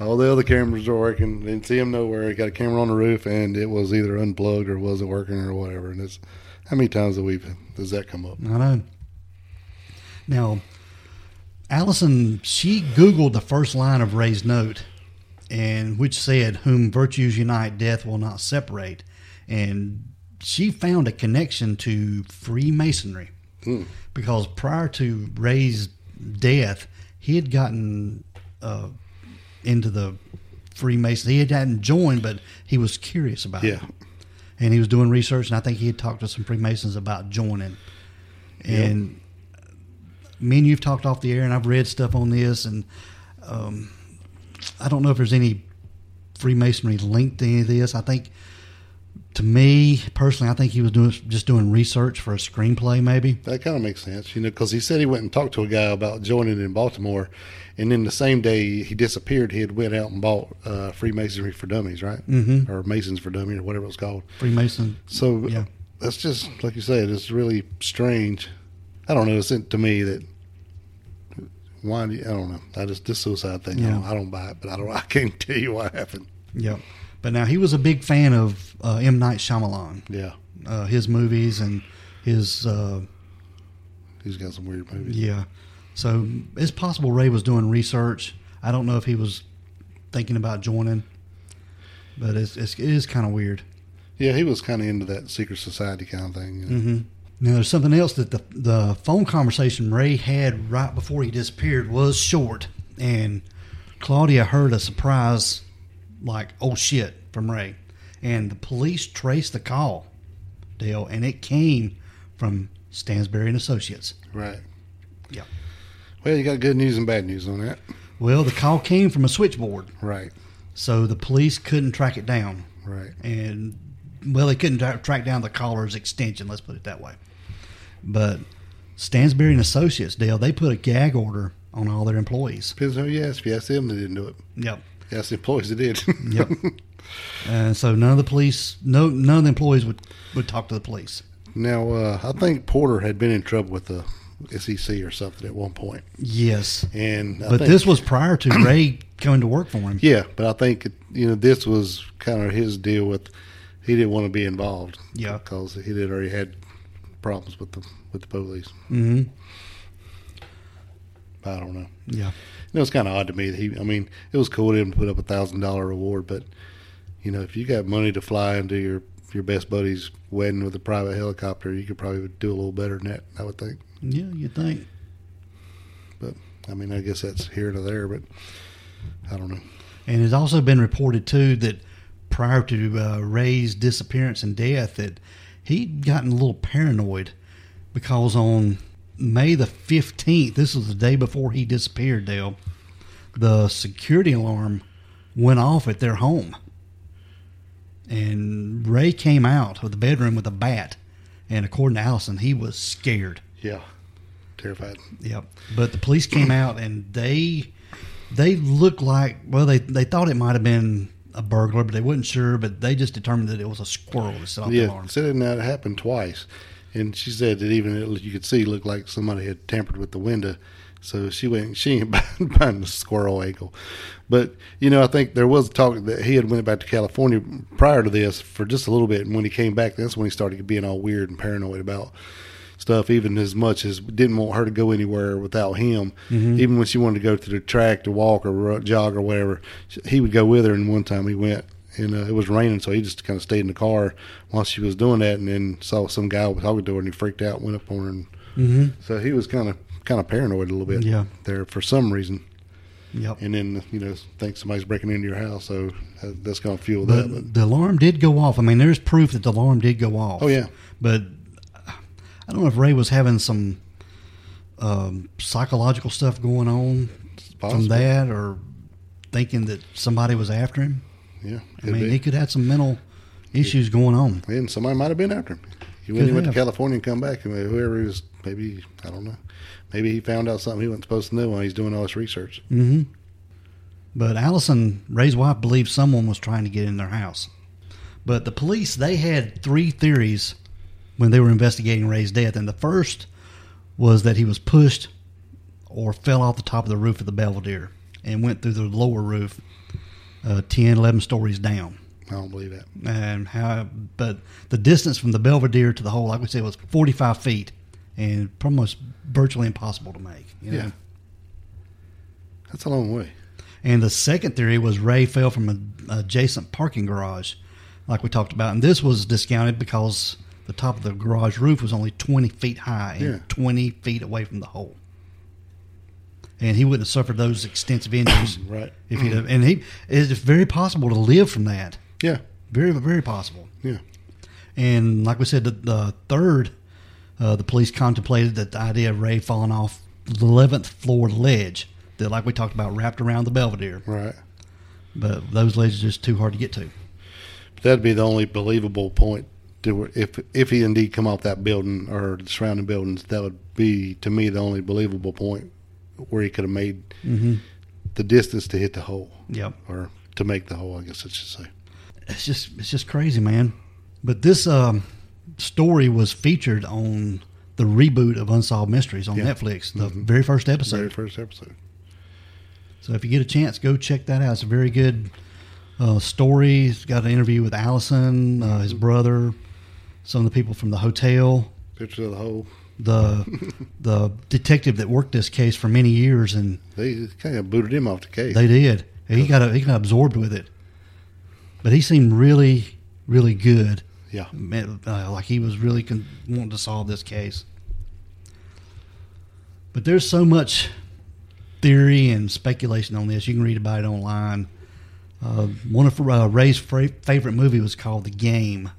[SPEAKER 3] All the other cameras were working. Didn't see them nowhere. Got a camera on the roof, and it was either unplugged or wasn't working or whatever. And it's how many times have we does that come up?
[SPEAKER 2] I know. Now, Allison, she Googled the first line of Ray's note, and which said, "Whom virtues unite, death will not separate," and she found a connection to Freemasonry because prior to Ray's death, he had gotten uh, into the Freemason. He hadn't joined, but he was curious about it
[SPEAKER 3] Yeah,
[SPEAKER 2] and he was doing research, and I think he had talked to some Freemasons about joining. And me and you've talked off the air, and I've read stuff on this, and um, I don't know if there's any Freemasonry linked to any of this. I think, to me personally, I think he was doing just doing research for a screenplay, maybe.
[SPEAKER 3] that kind of makes sense, you know, because he said he went and talked to a guy about joining in Baltimore, and then the same day he disappeared, he had went out and bought uh, Freemasonry for Dummies, right? Mm-hmm. Or Masons for Dummies, or whatever it's called.
[SPEAKER 2] Freemason.
[SPEAKER 3] So
[SPEAKER 2] Yeah.
[SPEAKER 3] that's just like you said. It's really strange. I don't know. It's to me that why do you, I don't know. I just this suicide thing. I,
[SPEAKER 2] Yeah.
[SPEAKER 3] don't, I don't buy it, but I don't. I can't tell you what happened.
[SPEAKER 2] Yep. But now he was a big fan of uh, M. Night Shyamalan,
[SPEAKER 3] Yeah,
[SPEAKER 2] uh, his movies, and his. Uh,
[SPEAKER 3] he's got some weird movies.
[SPEAKER 2] Yeah. So it's possible Ray was doing research. I don't know if he was thinking about joining, but it's, it's it is kind of weird.
[SPEAKER 3] Yeah, he was kind of into that secret society kind of thing. You know?
[SPEAKER 2] Mm-hmm. Now there's something else that the the phone conversation Ray had right before he disappeared was short, and Claudia heard a surprise like "oh shit" from Ray, and the police traced the call, Dale, and it came from Stansbury and Associates.
[SPEAKER 3] Right.
[SPEAKER 2] Yeah.
[SPEAKER 3] Well, you got good news and bad news on that.
[SPEAKER 2] Well, the call came from a switchboard.
[SPEAKER 3] Right.
[SPEAKER 2] So the police couldn't track it down.
[SPEAKER 3] Right.
[SPEAKER 2] And, well, they couldn't tra- track down the caller's extension, let's put it that way. But Stansbury and Associates, Dale, they put a gag order on all their employees.
[SPEAKER 3] Depends on who you ask. If you ask them, they didn't do it.
[SPEAKER 2] Yep.
[SPEAKER 3] If you ask the employees, they did.
[SPEAKER 2] Yep. and so none of the police, no, none of the employees would, would talk to the police.
[SPEAKER 3] now, uh, I think Porter had been in trouble with the SEC or something at one point,
[SPEAKER 2] Yes.
[SPEAKER 3] and I
[SPEAKER 2] But
[SPEAKER 3] think-
[SPEAKER 2] this was prior to Ray coming to work for him.
[SPEAKER 3] Yeah, but I think you know this was kind of his deal with he didn't want to be involved.
[SPEAKER 2] Yeah.
[SPEAKER 3] because he had already had problems with the with the police.
[SPEAKER 2] Mhm.
[SPEAKER 3] I don't know.
[SPEAKER 2] Yeah.
[SPEAKER 3] You know, it's kind of odd to me. That he, I mean, it was cool of him to put up a thousand dollar reward, but you know, if you got money to fly into your your best buddy's wedding with a private helicopter, you could probably do a little better than that. I would think.
[SPEAKER 2] Yeah, you'd think.
[SPEAKER 3] But I mean, I guess that's here to there. But I don't know.
[SPEAKER 2] And it's also been reported too that prior to uh, Ray's disappearance and death, that he'd gotten a little paranoid because on May the fifteenth, this was the day before he disappeared, Dale, the security alarm went off at their home, and Ray came out of the bedroom with a bat, and according to Allison, he was scared.
[SPEAKER 3] Yeah, terrified.
[SPEAKER 2] Yep. But the police came out and they they looked like well they they thought it might have been a burglar, but they wasn't sure. But they just determined that it was a squirrel that set off the
[SPEAKER 3] Yeah,
[SPEAKER 2] alarm.
[SPEAKER 3] said it now it happened twice, and she said that even it, you could see it looked like somebody had tampered with the window. So she went. She ain't buying, buying the squirrel ankle, but you know I think there was talk that he had went back to California prior to this for just a little bit, and when he came back, that's when he started being all weird and paranoid about stuff. Even as much as didn't want her to go anywhere without him,
[SPEAKER 2] Mm-hmm.
[SPEAKER 3] even when she wanted to go to the track to walk or ru- jog or whatever, sh- he would go with her. And one time he went and uh, it was raining, so he just kind of stayed in the car while she was doing that, and then saw some guy was talking to her, and he freaked out, went up on her, and so he was kind of kind of paranoid a little bit,
[SPEAKER 2] Mm-hmm. Yeah.
[SPEAKER 3] there for some reason.
[SPEAKER 2] Yep.
[SPEAKER 3] And uh, then you know think somebody's breaking into your house, so that- that's going to fuel that. But
[SPEAKER 2] But the alarm did go off. I mean, there's proof that the alarm did go off.
[SPEAKER 3] Oh, yeah.
[SPEAKER 2] But I don't know if Ray was having some um, psychological stuff going on
[SPEAKER 3] possible.
[SPEAKER 2] from that, or thinking that somebody was after him.
[SPEAKER 3] Yeah,
[SPEAKER 2] I
[SPEAKER 3] could
[SPEAKER 2] mean,
[SPEAKER 3] be.
[SPEAKER 2] he could have some mental issues going on.
[SPEAKER 3] and somebody might have been after him. He when he
[SPEAKER 2] Could
[SPEAKER 3] went
[SPEAKER 2] have.
[SPEAKER 3] to California and come back, and whoever he was, maybe I don't know, maybe he found out something he wasn't supposed to know while he's doing all this research.
[SPEAKER 2] But Allison Ray's wife believed someone was trying to get in their house. But the police they had three theories when they were investigating Ray's death, and the first was that he was pushed or fell off the top of the roof of the Belvedere and went through the lower roof, uh, 10, 11 stories down.
[SPEAKER 3] I don't believe that.
[SPEAKER 2] and how but the distance from the Belvedere to the hole, like we said, was 45 feet and almost virtually impossible to make. you know?
[SPEAKER 3] Yeah. That's a long way.
[SPEAKER 2] And the second theory was Ray fell from an adjacent parking garage, like we talked about. And this was discounted because the top of the garage roof was only 20 feet high and
[SPEAKER 3] Yeah.
[SPEAKER 2] 20 feet away from the hole. And he wouldn't have suffered those extensive injuries.
[SPEAKER 3] Right.
[SPEAKER 2] If he'd have, and he, it's very possible to live from that.
[SPEAKER 3] Yeah,
[SPEAKER 2] Very, very possible.
[SPEAKER 3] yeah,
[SPEAKER 2] And like we said, the, the third, uh, the police contemplated that the idea of Ray falling off the 11th floor ledge that, like we talked about, wrapped around the Belvedere.
[SPEAKER 3] right.
[SPEAKER 2] But those ledges are just too hard to get to.
[SPEAKER 3] But that'd be the only believable point. To, where- if if he indeed come off that building or the surrounding buildings, that would be to me the only believable point where he could have made the distance to hit the hole
[SPEAKER 2] Yep.
[SPEAKER 3] or to make the hole. I guess I should say.
[SPEAKER 2] It's just it's just crazy, man. But this um, story was featured on the reboot of Unsolved Mysteries on Netflix, the very first episode.
[SPEAKER 3] Very first episode.
[SPEAKER 2] So if you get a chance, go check that out. It's a very good uh, story. It's got an interview with Allison, uh, his brother, some of the people from the hotel.
[SPEAKER 3] Picture of the hole.
[SPEAKER 2] the the detective that worked this case for many years, and
[SPEAKER 3] They kind of booted him off the case.
[SPEAKER 2] they did. He got he got absorbed with it, but he seemed really really good.
[SPEAKER 3] yeah.
[SPEAKER 2] Man, uh, like he was really con- wanting to solve this case. But there's so much theory and speculation on this. You can read about it online. Uh, one of uh, Ray's fra- favorite movie was called The Game,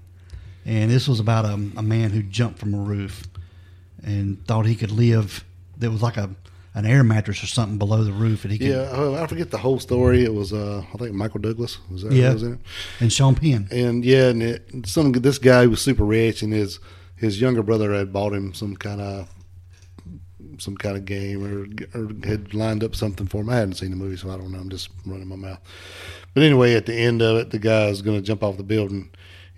[SPEAKER 2] and this was about a, a man who jumped from a roof and thought he could live. There was like a an air mattress or something below the roof, and he could,
[SPEAKER 3] Yeah, uh, I forget the whole story. It was, uh, I think, Michael Douglas was that? who
[SPEAKER 2] Yeah.
[SPEAKER 3] was in it?
[SPEAKER 2] and Sean Penn.
[SPEAKER 3] And yeah, and it, some this guy was super rich, and his his younger brother had bought him some kind of some kind of game or, or had lined up something for him. I hadn't seen the movie, so I don't know. I'm just running my mouth. But anyway, at the end of it, the guy is going to jump off the building,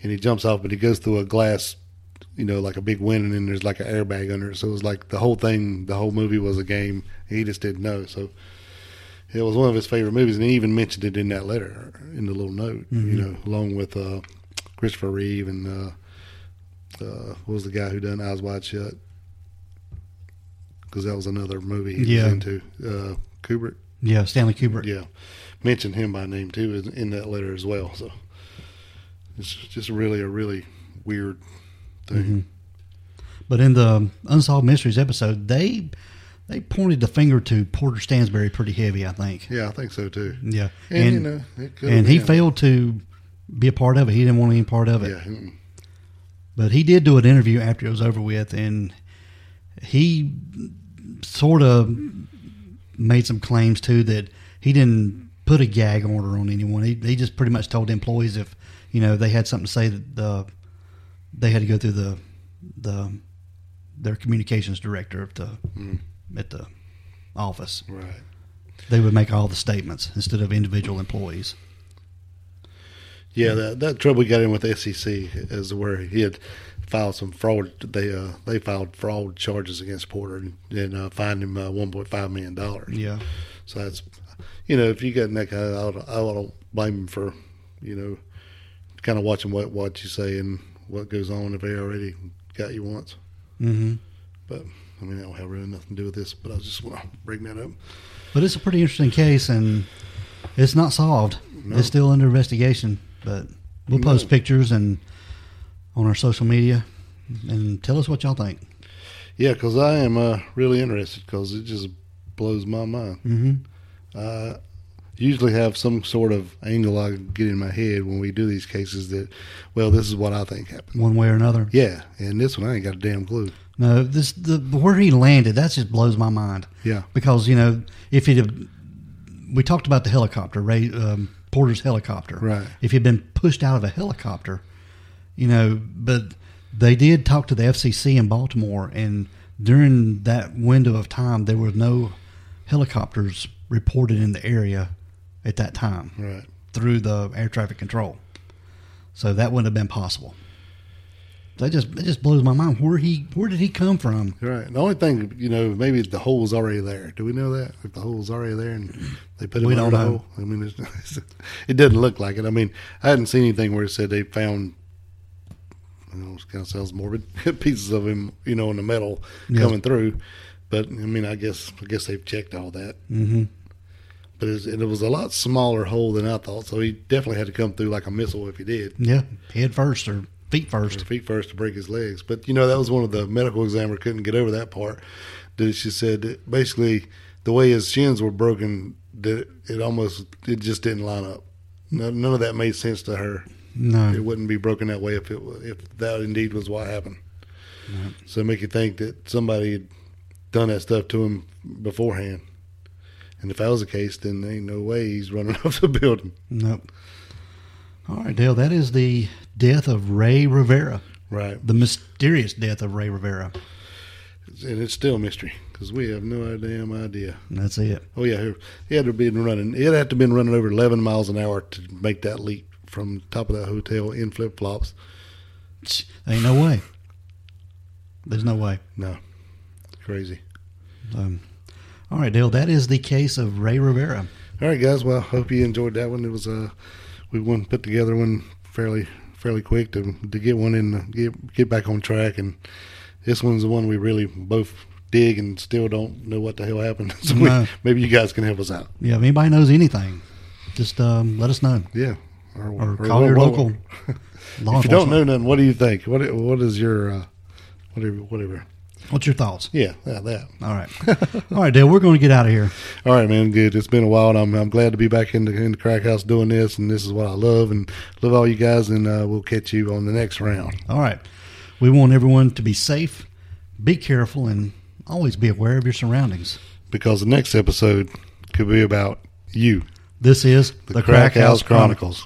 [SPEAKER 3] and he jumps off, but he goes through a glass, you know, like a big window, and then there's like an airbag under it. So it was like the whole thing, the whole movie was a game. He just didn't know. So it was one of his favorite movies, and he even mentioned it in that letter, in the little note,
[SPEAKER 2] Mm-hmm.
[SPEAKER 3] you know, along with uh, Christopher Reeve and uh, uh, what was the guy who done Eyes Wide Shut? Because that was another movie he
[SPEAKER 2] Yeah.
[SPEAKER 3] was into. Uh, Kubrick,
[SPEAKER 2] Yeah, Stanley Kubrick.
[SPEAKER 3] yeah, mentioned him by name too in- in that letter as well. So it's just really a really weird thing.
[SPEAKER 2] Mm-hmm. But in the Unsolved Mysteries episode, they they pointed the finger to Porter Stansberry pretty heavy, I think.
[SPEAKER 3] Yeah, I think so too.
[SPEAKER 2] Yeah,
[SPEAKER 3] And,
[SPEAKER 2] and
[SPEAKER 3] you know, it could
[SPEAKER 2] and
[SPEAKER 3] have
[SPEAKER 2] he
[SPEAKER 3] been.
[SPEAKER 2] failed to be a part of it. He didn't want any part of it.
[SPEAKER 3] Yeah, mm,
[SPEAKER 2] But he did do an interview after it was over with, and he sort of made some claims too that he didn't put a gag order on anyone. He, he just pretty much told employees if you know they had something to say that the they had to go through the the their communications director at the at the office.
[SPEAKER 3] right.
[SPEAKER 2] They would make all the statements instead of individual employees.
[SPEAKER 3] Yeah, that, that trouble he got in with the SEC is where he had filed some fraud. They uh, they filed fraud charges against Porter and, and uh, fined him uh, one point five million dollars.
[SPEAKER 2] Yeah,
[SPEAKER 3] So that's you know if you got in that kind of, I don't, I don't blame him for you know kind of watching what what you say and what goes on if they already got you once.
[SPEAKER 2] hmm
[SPEAKER 3] But I mean that don't have really nothing to do with this. But I just want to bring that up.
[SPEAKER 2] but it's a pretty interesting case, and it's not solved. It's still under investigation, but we'll
[SPEAKER 3] No.
[SPEAKER 2] post pictures and on our social media, and tell us what y'all think.
[SPEAKER 3] Yeah, because I am uh, really interested because it just blows my mind.
[SPEAKER 2] Mm-hmm.
[SPEAKER 3] I usually have some sort of angle I get in my head when we do these cases that, well, this is what I think happened.
[SPEAKER 2] One way or another.
[SPEAKER 3] Yeah, and this one I ain't got a damn clue.
[SPEAKER 2] No, this the where he landed. That just blows my mind.
[SPEAKER 3] Yeah,
[SPEAKER 2] because you know if he'd have we talked about the helicopter, Ray um, Porter's helicopter.
[SPEAKER 3] Right.
[SPEAKER 2] If you'd been pushed out of a helicopter, you know, but they did talk to the FCC in Baltimore, and during that window of time, there were no helicopters reported in the area at that time
[SPEAKER 3] Right.
[SPEAKER 2] through the air traffic control. So that wouldn't have been possible. That just that just blows my mind. Where he where did he come from?
[SPEAKER 3] Right. The only thing, you know, maybe the hole's already there. Do we know that? If the hole's already there and they put him
[SPEAKER 2] We
[SPEAKER 3] under
[SPEAKER 2] don't
[SPEAKER 3] the
[SPEAKER 2] know.
[SPEAKER 3] hole? I mean, it's, it doesn't look like it. I mean, I hadn't seen anything where it said they found, you know, it kind of sounds morbid, pieces of him, you know, in the metal
[SPEAKER 2] Yeah.
[SPEAKER 3] coming through. But, I mean, I guess I guess they've checked all that. Mm-hmm. But it was, it was a lot smaller hole than I thought. So he definitely had to come through like a missile if he did.
[SPEAKER 2] Yeah, head first or feet first.
[SPEAKER 3] His feet first to break his legs. But you know that was one of the medical examiner couldn't get over that part. That she said that basically the way his shins were broken, that it almost it just didn't line up. No, none of that made sense to her.
[SPEAKER 2] No.
[SPEAKER 3] It wouldn't be broken that way if it wa- if that indeed was what happened. So it make you think that somebody had done that stuff to him beforehand. And if that was the case, then there ain't no way he's running off the building.
[SPEAKER 2] Nope. All right, Dale. That is the death of Ray Rivera.
[SPEAKER 3] Right.
[SPEAKER 2] The mysterious death of Ray Rivera.
[SPEAKER 3] And it's still a mystery because we have no damn idea.
[SPEAKER 2] And that's it.
[SPEAKER 3] Oh yeah, he- he had to have been running. He'd have to have been running over eleven miles an hour to make that leap from the top of that hotel in flip flops.
[SPEAKER 2] Ain't no way. There's no way.
[SPEAKER 3] No, crazy.
[SPEAKER 2] Um, all right, Dale. That is the case of Ray Rivera.
[SPEAKER 3] All right, guys. Well, I hope you enjoyed that one. It was uh, we one put together one fairly fairly quick to to get one in uh, get get back on track, and this one's the one we really both dig and still don't know what the hell happened. so we-
[SPEAKER 2] No.
[SPEAKER 3] maybe you guys can help us out.
[SPEAKER 2] Yeah. If anybody knows anything, just um, let us know
[SPEAKER 3] Yeah.
[SPEAKER 2] or, call
[SPEAKER 3] what-
[SPEAKER 2] your
[SPEAKER 3] what-
[SPEAKER 2] local law
[SPEAKER 3] If you don't
[SPEAKER 2] enforcement.
[SPEAKER 3] know nothing, what do you think? What what is your uh, whatever whatever?
[SPEAKER 2] What's your thoughts?
[SPEAKER 3] Yeah, that, that.
[SPEAKER 2] All right. All right, Dale. We're going to get out of here.
[SPEAKER 3] All right, man. Good. It's been a while. And I'm I'm glad to be back in the in the crack house doing this, and this is what I love, and love all you guys. And uh, we'll catch you on the next round.
[SPEAKER 2] All right. We want everyone to be safe, be careful, and always be aware of your surroundings.
[SPEAKER 3] because the next episode could be about you,
[SPEAKER 2] This is
[SPEAKER 3] the, Crack, House Chronicles.